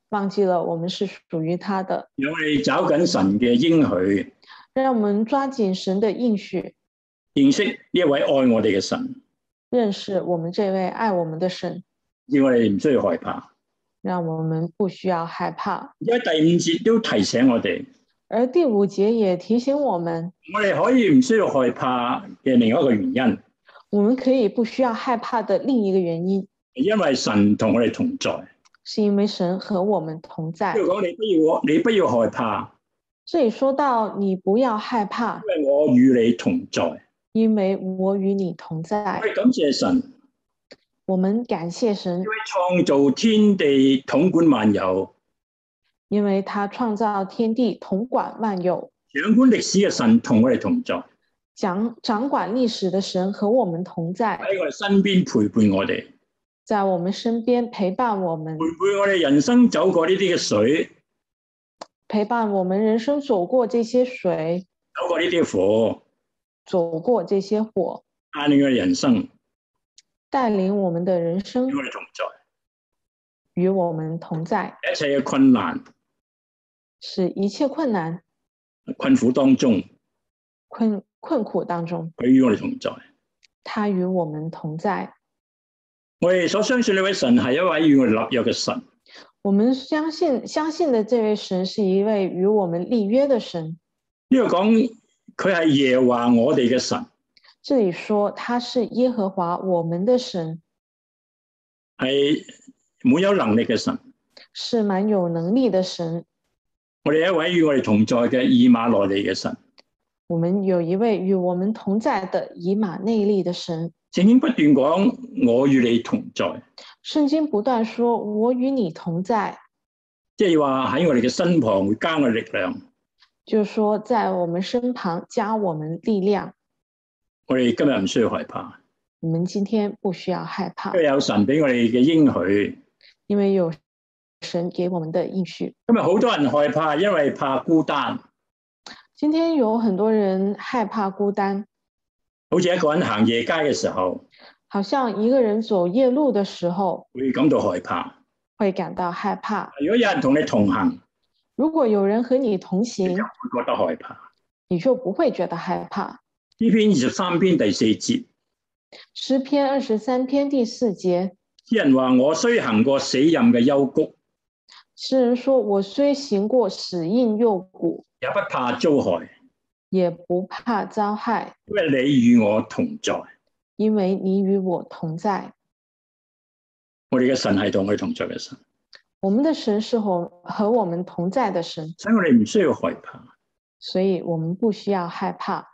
忘记了我們是屬於他的。
讓我哋找緊神嘅應許，
让我們抓緊神的应许，
認識呢一位愛我哋嘅神，
認識我們这位愛我們的神，
要我哋唔需要害怕。
让我們不需要害怕。
因為第五節都提醒我哋，
而第五节也提醒我們，
我哋可以唔需要害怕嘅另一個原因，係
我們可以不需要害怕的另一个原因，
因為神同我哋同在。
是因为神和我们同在
呢度。講你不要你不要害怕，
这里说到你不要害怕，
因為我與你同在。我
因为我与你同在。
哋感謝神，因
我们感谢神，
為創造天地、統管萬有、
因为他创造天地，统管万有，
掌管歷史嘅神同我哋同在，
掌掌管历史的神和我们同在，
喺我哋身邊陪伴我哋，陪
在我们身边陪伴我
伴
们，
我哋人生走過呢啲嘅水，
陪伴我们人生走过这些水，
走過呢啲嘅火。
走过这些火，
带领嘅人生
带领我们的人生
與我哋同在，
与我们同在，
一切嘅困難
使一切困难
困苦當中，
困困苦当中。
佢與我哋同在。
他与我们同在。
我哋所相信呢位神係一位與我哋立約嘅神，
我们相信相信的这位神是一位与我们立约的神。
呢度講佢係耶和華我哋嘅神，
这里说他是耶和华我们的神，
係滿有能力嘅神。
是蛮有能力的神。
我哋有一位與我哋同在嘅以馬內利嘅神。
我们有一位与我们同在的以马内利的神。
聖經不斷講我與你同在，
圣经不断说：“我与你同在”，
即係話喺我哋嘅身旁會加我力量。
就是说在我们身旁加我们力量。
我哋今日唔需要害怕，
我们今天不需要害怕
因，為有神俾我哋嘅應許。
因为有神给我们的应许。
今日好多人害怕，因為怕孤單。
今天有很多人害怕孤单，
好似一個人行夜街嘅時候，
好像一个人走夜路的时候
會感到害怕。
会感到害怕。
如果有人同你同行，
如果有人和你同行，
會覺得害怕。
你就不会觉得害怕。
呢篇二十三篇第四節，
诗篇二十三篇第四节，
詩人話：我雖行過死蔭嘅幽谷，
诗人说：“我虽行过死荫幽谷，
也不怕遭害，
也不怕遭害，
因為你與我同在。
因为你与我同在。
我哋嘅神係同佢同在嘅神，”
我们的神是和和我们同在的神，
所以我哋唔需要害怕。
所以我们不需要害怕。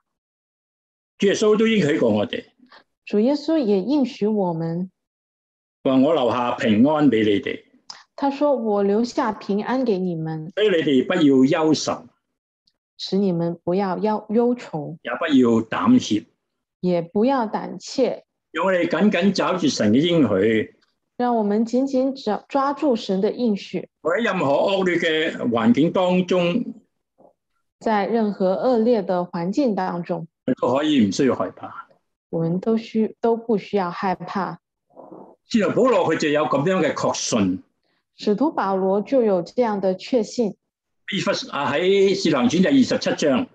主耶穌都應許過我哋，
主耶稣也应许我们，
話我留下平安俾你哋，
他说：“我留下平安给你们，
所以你哋不要憂愁，
使你们不要忧忧愁。”
也不要膽怯。
也不要胆怯，
讓我哋緊緊抓住神嘅應許，
让我们紧紧抓抓住神的应许，
我喺任何惡劣嘅環境當中，
在任何恶劣的环境当中，
我都可以唔需要害怕。
我们都需都不需要害怕。
使徒保羅佢就有咁樣嘅確信。
使徒保罗就有这样的确信，
以弗啊喺《使徒行傳》就二十七章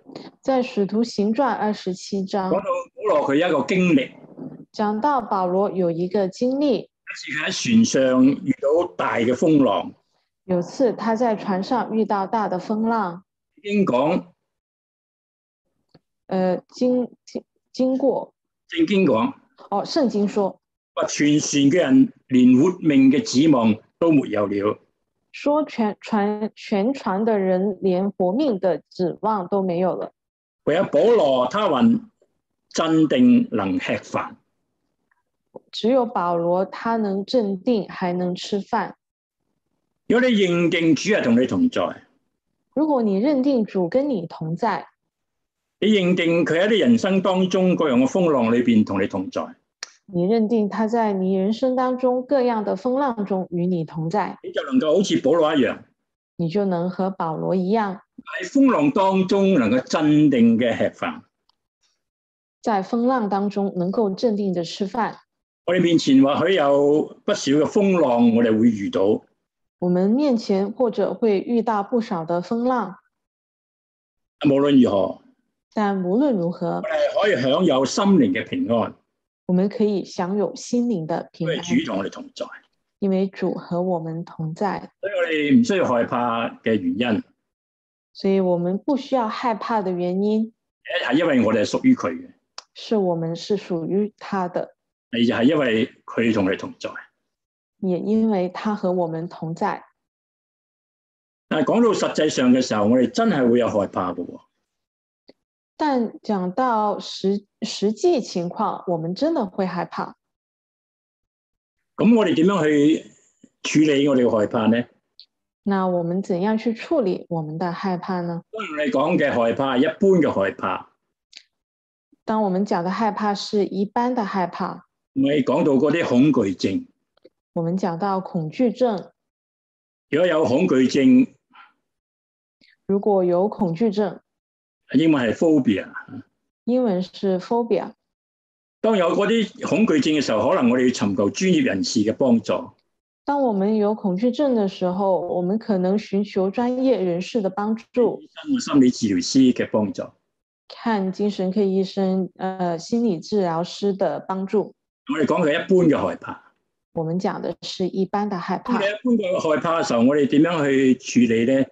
在《使徒行传》二十七章
講到，保羅佢有一個經歷，
讲到保罗有一个经历，
是佢喺船上遇到大嘅風浪，
有次他在船上遇到大的风浪，
已經講
呃，经经经过
正經講
哦，圣经说
話全船嘅人連活命嘅指望都沒有了。
说全船全船的人连活命的指望都没有了，
唯有保羅他云鎮定能吃飯，
只有保罗他能镇定，还能吃饭。
如果你認定主係同你同在，
如果你认定主跟你同在，
你認定佢喺你人生當中各樣嘅風浪裏边同你同在，
你认定他在你人生当中各样的风浪中与你同在，
你就能夠好似保羅一樣
你就能和保罗一样，
喺風浪當中能夠鎮定嘅吃飯。
在风浪当中能够镇定的吃饭。
我哋面前或許有不少嘅風浪，我哋會遇到。
我们面前或者会遇到不少的风浪，
無論如何，
但无论如何
我，哋可以享有心靈嘅平安，
我们可以享有心灵的
因
平
為
安，
主同我哋同在，
因为主和我们同在，
所以我哋唔需要害怕嘅原因，
所以我们不需要害怕的原因
一係因為我哋係屬於佢嘅，
是我们是屬于他的，
第二就係因為佢同你同在。
也因为他和我们同在。
但係講到實際上嘅時候，我哋真係會有害怕嘅喎。
但讲到实实际情况，我们真的会害怕。
咁我哋點樣去處理我哋嘅害怕呢？
那我们怎样去處理我们的害怕呢？
當然你講嘅害怕係一般嘅害怕，
当我们讲的害怕是一般的害怕，
唔係講到嗰啲恐懼症。
我们讲到恐惧症，
如果有恐懼症，
如果有恐惧症，
英文係 phobia。
英文是 phobia。
當有嗰啲恐懼症嘅時候，可能我哋要尋求專業人士嘅幫助。
当我们有恐惧症的时候，我们可能寻求专业人士的帮助，
醫生或心理治療師嘅幫助。
看精神科医生、呃心理治疗师的帮助。
我哋講嘅一般嘅害怕。
我们讲的是一般的害
咁
怕
你。一般嘅害怕嘅時候，我哋點樣去處理呢？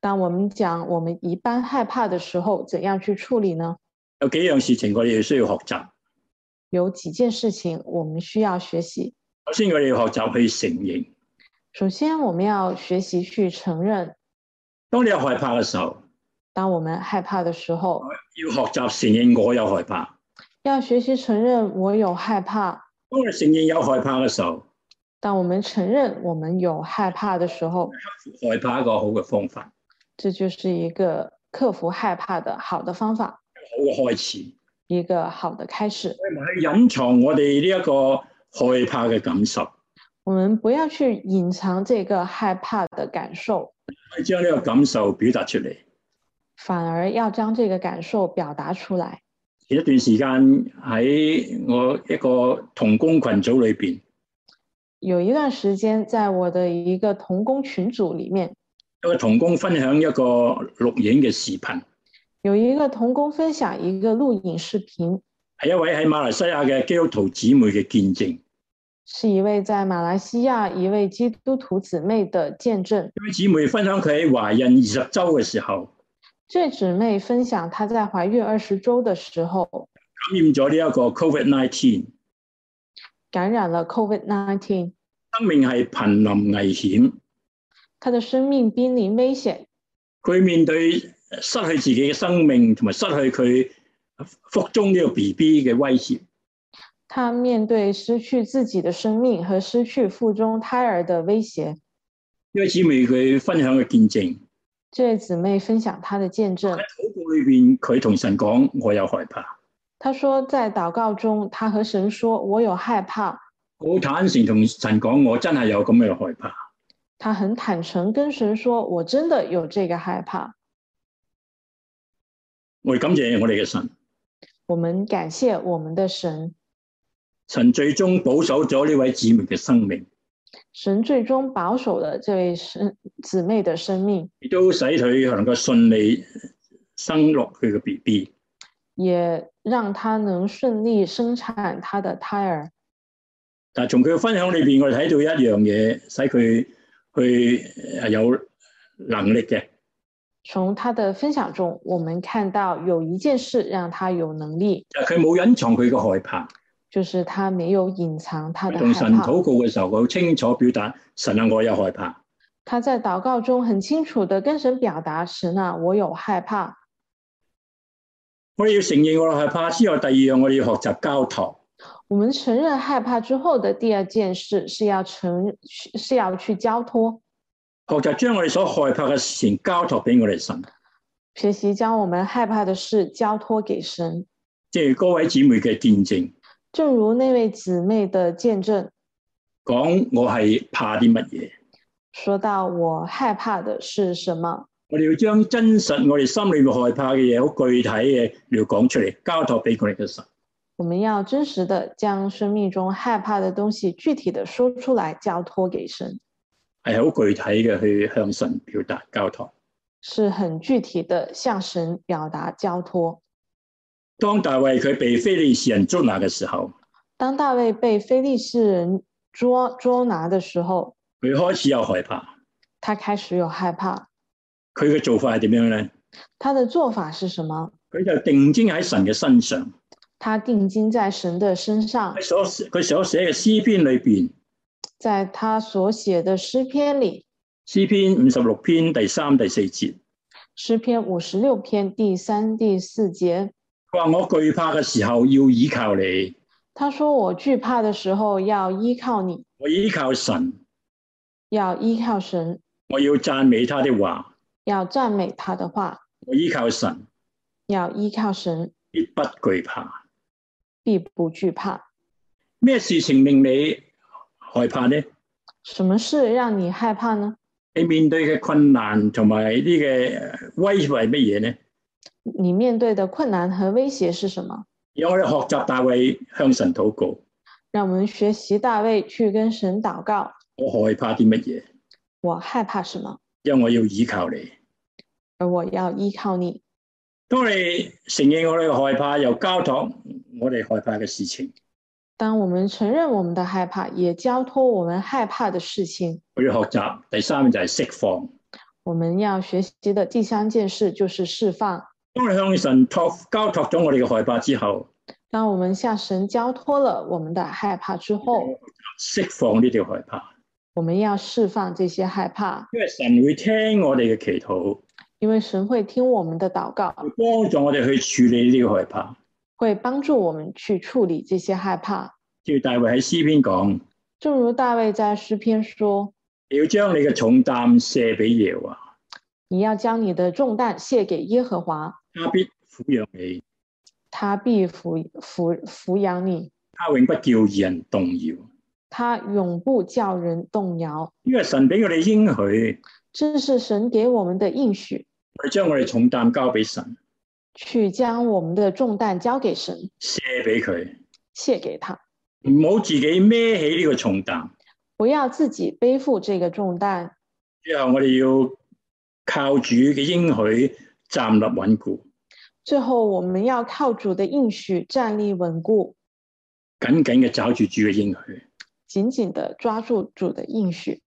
当我们讲我们一般害怕的时候，怎样去处理呢？
有幾樣事情我哋需要學習。
有几件事情我们需要学习。
首先，我哋要學習去承認。
首先，我们要学习去承认，
當你有害怕嘅時候，
当我们害怕的时候，
要學習承認我有害怕。
要学习承认我有害怕。
當我哋承認有害怕嘅時候，
当我们承认我们有害怕的时候，
害怕一個好嘅方法，
这就是一个克服害怕的好的方法，
好嘅開始。
一个好的开始。
我哋唔去隱藏我哋呢一個害怕嘅感受，
我们不要去隐藏这个害怕的感受，
去將呢個感受表達出嚟。
反而要将这个感受表达出来。
前一段時間喺我一個童工群組裏邊，
有一段时间，在我的一个童工群组里面，
有個童工分享一個錄影嘅視頻，
有一个童工分享一個录影视频，
係一位喺馬來西亞嘅基督徒姊妹嘅見證。
是一位在马来西亚一位基督徒姊妹的见证。
呢位姊妹分享佢喺懷孕二十週嘅時候，
这姊妹分享她在怀孕二十周的时候
感染咗呢一個 Covid nineteen，
感染了 COVID-19，
生命係濒臨危險，
她的生命濒临危险，
佢面對失去自己嘅生命同埋失去佢腹中呢個 B B 嘅威脅，
她面对失去自己的生命和失去腹中胎儿的威胁。
呢位姊妹佢分享嘅見證
这位姊妹分享她的见
喺
证，
禱告裏邊，佢同神講：我有害怕。
她说在祷告中，她和神说：“我有害怕。
好坦誠同神講，我真係有咁嘅害怕。”
她很坦诚跟神说：“我真的有这个害怕。”
我哋感謝我哋嘅神，
我们感谢我们的神，
神最終保守咗呢位姊妹嘅生命，
神最终保守了这位生姊妹的生命，
亦都使佢能夠順利生落佢嘅 B B。
也让他能顺利生产他的胎儿。
但從佢嘅分享裏邊，我哋睇到一樣嘢，使佢去呃有能力嘅，
从他的分享中，我们看到有一件事让他有能力，
就係佢冇隱藏佢嘅害怕。
就是他没有隐藏他的
同
害
神
怕。
禱告嘅時候，佢好清楚表達神啊，我有害怕。
他在祷告中很清楚地跟神表达：“神啊，我有害怕。
我哋要承認我哋害怕之後，第二樣我哋要學習交頭。”
我们承认害怕之后的第二件事是要承是要去交托，
學習將我哋所害怕嘅事情交託俾我哋神，
学习将我们害怕的事交托给神。
即係嗰位姊妹嘅見證，
正如那位姊妹的见证，
講我係怕啲乜嘢。
说到我害怕的是什么，
我哋要將真實我哋心裏面害怕嘅嘢，好具體嘅你要講出嚟，交託俾我哋嘅神。
我们要真实的将生命中害怕的东西具体的说出来，交托给神，
係好具體嘅去向神表達交託。
是很具体的向神表达交托。
當大衛佢被非利士人捉拿嘅時候，
当大卫被非利士人捉捉拿的时候，
佢開始有害怕。
他开始有害怕。
佢嘅做法係點樣咧？
他的做法是什么？
佢就定睛喺神嘅身上，
他定睛在神的身上
喺，所佢所寫嘅詩篇裏邊，
在他所写的诗篇里，
詩篇五十六篇第三、第四節。
诗篇五十六篇第三、第四节，
佢話：我懼怕嘅時候要倚靠你，
他说：“我惧怕的时候要依靠你，
我倚靠神，
要依靠神，
我要讚美他的話，
要赞美他的话，
我依靠神，
要依靠神，
必不懼怕。
必不惧怕。
咩事情令你害怕呢？
什么事让你害怕呢？
你面對嘅困難同埋呢嘅呃威脅係乜嘢呢？
你面对的困难和威胁是什么？”
讓我哋學習大衛向神禱告，
让我们学习大卫去跟神祷告：
我害怕啲乜嘢？
我害怕什么，
因為我要倚靠你。
而我要依靠你。
當你承認我哋嘅害怕，又交託我哋害怕嘅事情，
当我们承认我们的害怕，也交托我们害怕的事情，
我要學習第三就係釋放。
我们要学习的第三件事就是释放。
當你向神托交託咗我哋嘅害怕之後，
当我们向神交托了我们的害怕之后，
釋放呢條害怕，
我们要释放这些害怕，
因為神會聽我哋嘅祈禱，
因为神会听我们的祷告，
會幫助我哋去處理呢個害怕。
会帮助我们去处理这些害怕。
照大衛喺詩篇講，
正如大卫在诗篇说
你要將你嘅重擔卸俾耶和華，：“
你要将你的重担卸给耶和华。”
他必撫養你，
他必抚抚抚养你，
他永不叫義人動搖。
他永不叫人动摇。
呢個神俾我哋應許，
这是神给我们的应许，
我哋將我哋重擔交俾神，
去将我们的重担交给神，
卸俾佢，
卸给他，
唔好自己孭起呢個重擔。
不要自己背负这个重担。
之後我哋要靠主嘅應許站立穩固，
最后，我们要靠主的应许站立稳固，
緊緊嘅抓住主嘅應許。
紧紧地抓住主的应许，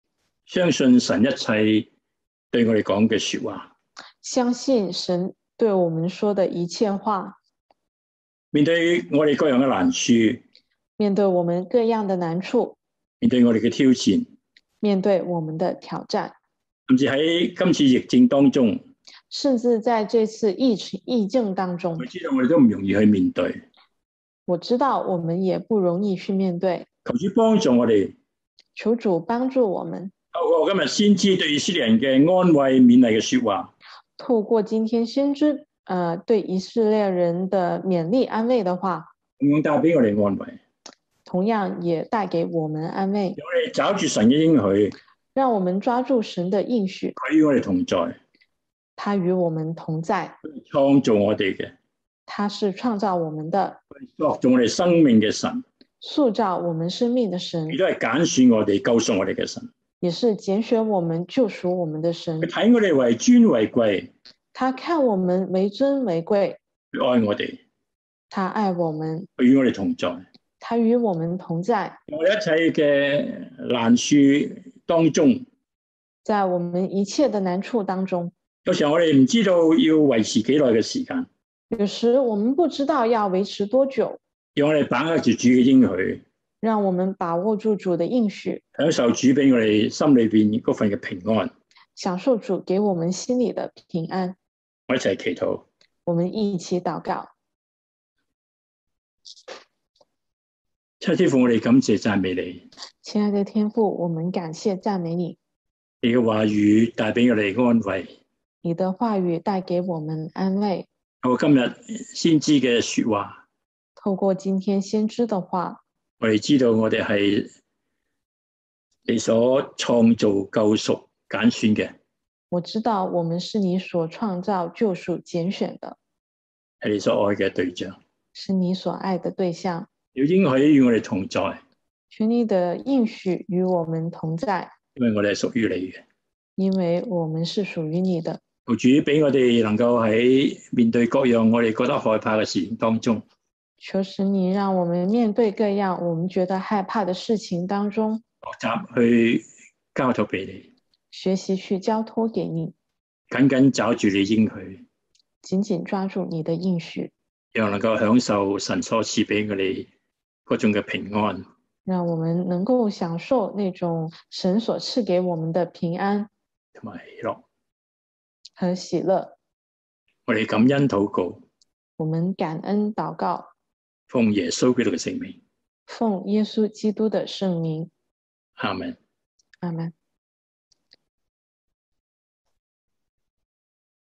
相信神一切對我哋講嘅说話。
相信神对我们说的一切话。
面對我哋各樣嘅難處，
面对我们各样的难处，
面對我哋嘅挑戰，
面对我们的挑战，
甚至喺今次疫症當中，
甚至在这次疫情疫症当中
我，知道我哋都唔容易去面對。
我知道我们也不容易去面对，
求主幫助我哋，
求主帮助我们，
透過今日先知對以色列人嘅安慰勉勵嘅说話，
透过今天先知呃对以色列人的勉励安慰的话，
咁樣帶俾我哋安慰。
同样也带给我们安慰，
我哋找住神嘅應許，
让我们抓住神的应许，
佢與我哋同在，
他与我们同在，
創造我哋嘅，
他是创造我们的、
作造我哋生命嘅神，
塑造我们生命的神
亦，都係揀選我哋、救贖我哋嘅神。
也是拣选我们、救赎我们的神
佢。睇我哋為尊為貴，
他看我们为尊为贵，
佢愛我哋。
他愛我們，
佢與我哋同在。
他與我們同在，
我哋一切嘅難處當中，
在我們一切的難處當中。
有時候我哋唔知道要維持幾耐嘅時間，
有時我們不知道要維持多久，
讓我哋把握住主嘅應許，
讓我們把握住主的應許，
享受主俾我哋心裏邊嗰份嘅平安。
享受主給我們心裡的平安。
我一齊祈禱。
我們一起禱告，
七天父，我哋感謝讚美你，
親愛的天父，我們感謝讚美你，
你嘅話語帶俾我哋安慰。
你的話語帶給我們安慰。
我今日先知嘅说話，
透過今天先知的話，
我哋知道我哋係你所創造救贖揀選嘅，
我知道我們是你所創造、救贖、揀選的，
係你所愛嘅對象。
是你所愛的對象。
要應許與我哋同在，
全力的應許與我們同在，
因為我哋係屬於你嘅。
因為我們是屬於你的。
求主俾我哋能夠喺面對各樣我哋覺得害怕嘅事情當中，
求使你讓我們面對各樣我們覺得害怕的事情當中，
學習去交託俾你，
學習去交托給你，
緊緊抓住你應許，
緊緊抓住你的應許，
又能夠享受神所賜俾我哋嗰種嘅平安。
讓我們能夠享受那種神所賜給我們的平安
同埋喜樂。
和喜樂。
我哋感恩禱告，
我們感恩禱告，
奉耶穌基督嘅聖名，
奉耶穌基督的聖名，
阿門。
阿門。